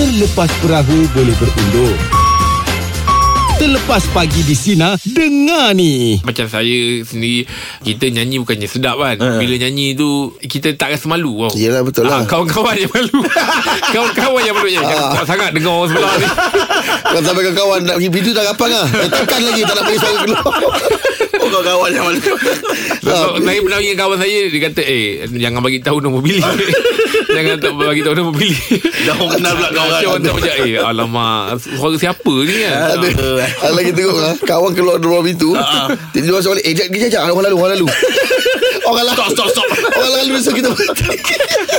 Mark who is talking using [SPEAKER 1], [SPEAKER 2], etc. [SPEAKER 1] Selepas perahu boleh berundur. Terlepas pagi di Sina, dengar ni.
[SPEAKER 2] Macam saya sendiri Kita nyanyi bukannya sedap kan
[SPEAKER 3] Ha.
[SPEAKER 2] Bila nyanyi tu Kita tak rasa malu tau
[SPEAKER 3] Yelah, betul lah. Ah.
[SPEAKER 2] Ah, Kawan-kawan yang malu Kawan-kawan yang malu Eh, Jangan kuat sangat Dengar orang sebelah ni
[SPEAKER 3] Kau sampai ke kawan Nak pergi pintu dah rapang lah eh, Tekan lagi Tak nak bagi suara keluar Oh kau kawan yang mana
[SPEAKER 2] so, so, Saya pernah ingat kawan saya Dia kata Eh jangan bagi tahu nombor bilik Jangan tak bagi tahu nombor bilik
[SPEAKER 4] Dah orang kenal pula kau
[SPEAKER 2] Macam orang tak macam Eh alamak Suara siapa ni kan
[SPEAKER 3] ada, ada lagi teruk lah Kawan keluar dari ruang pintu Dia masuk balik Eh jap, jap, jap Orang lalu Orang lalu Orang lalu
[SPEAKER 4] Stop, stop, stop.
[SPEAKER 3] Orang lalu So kita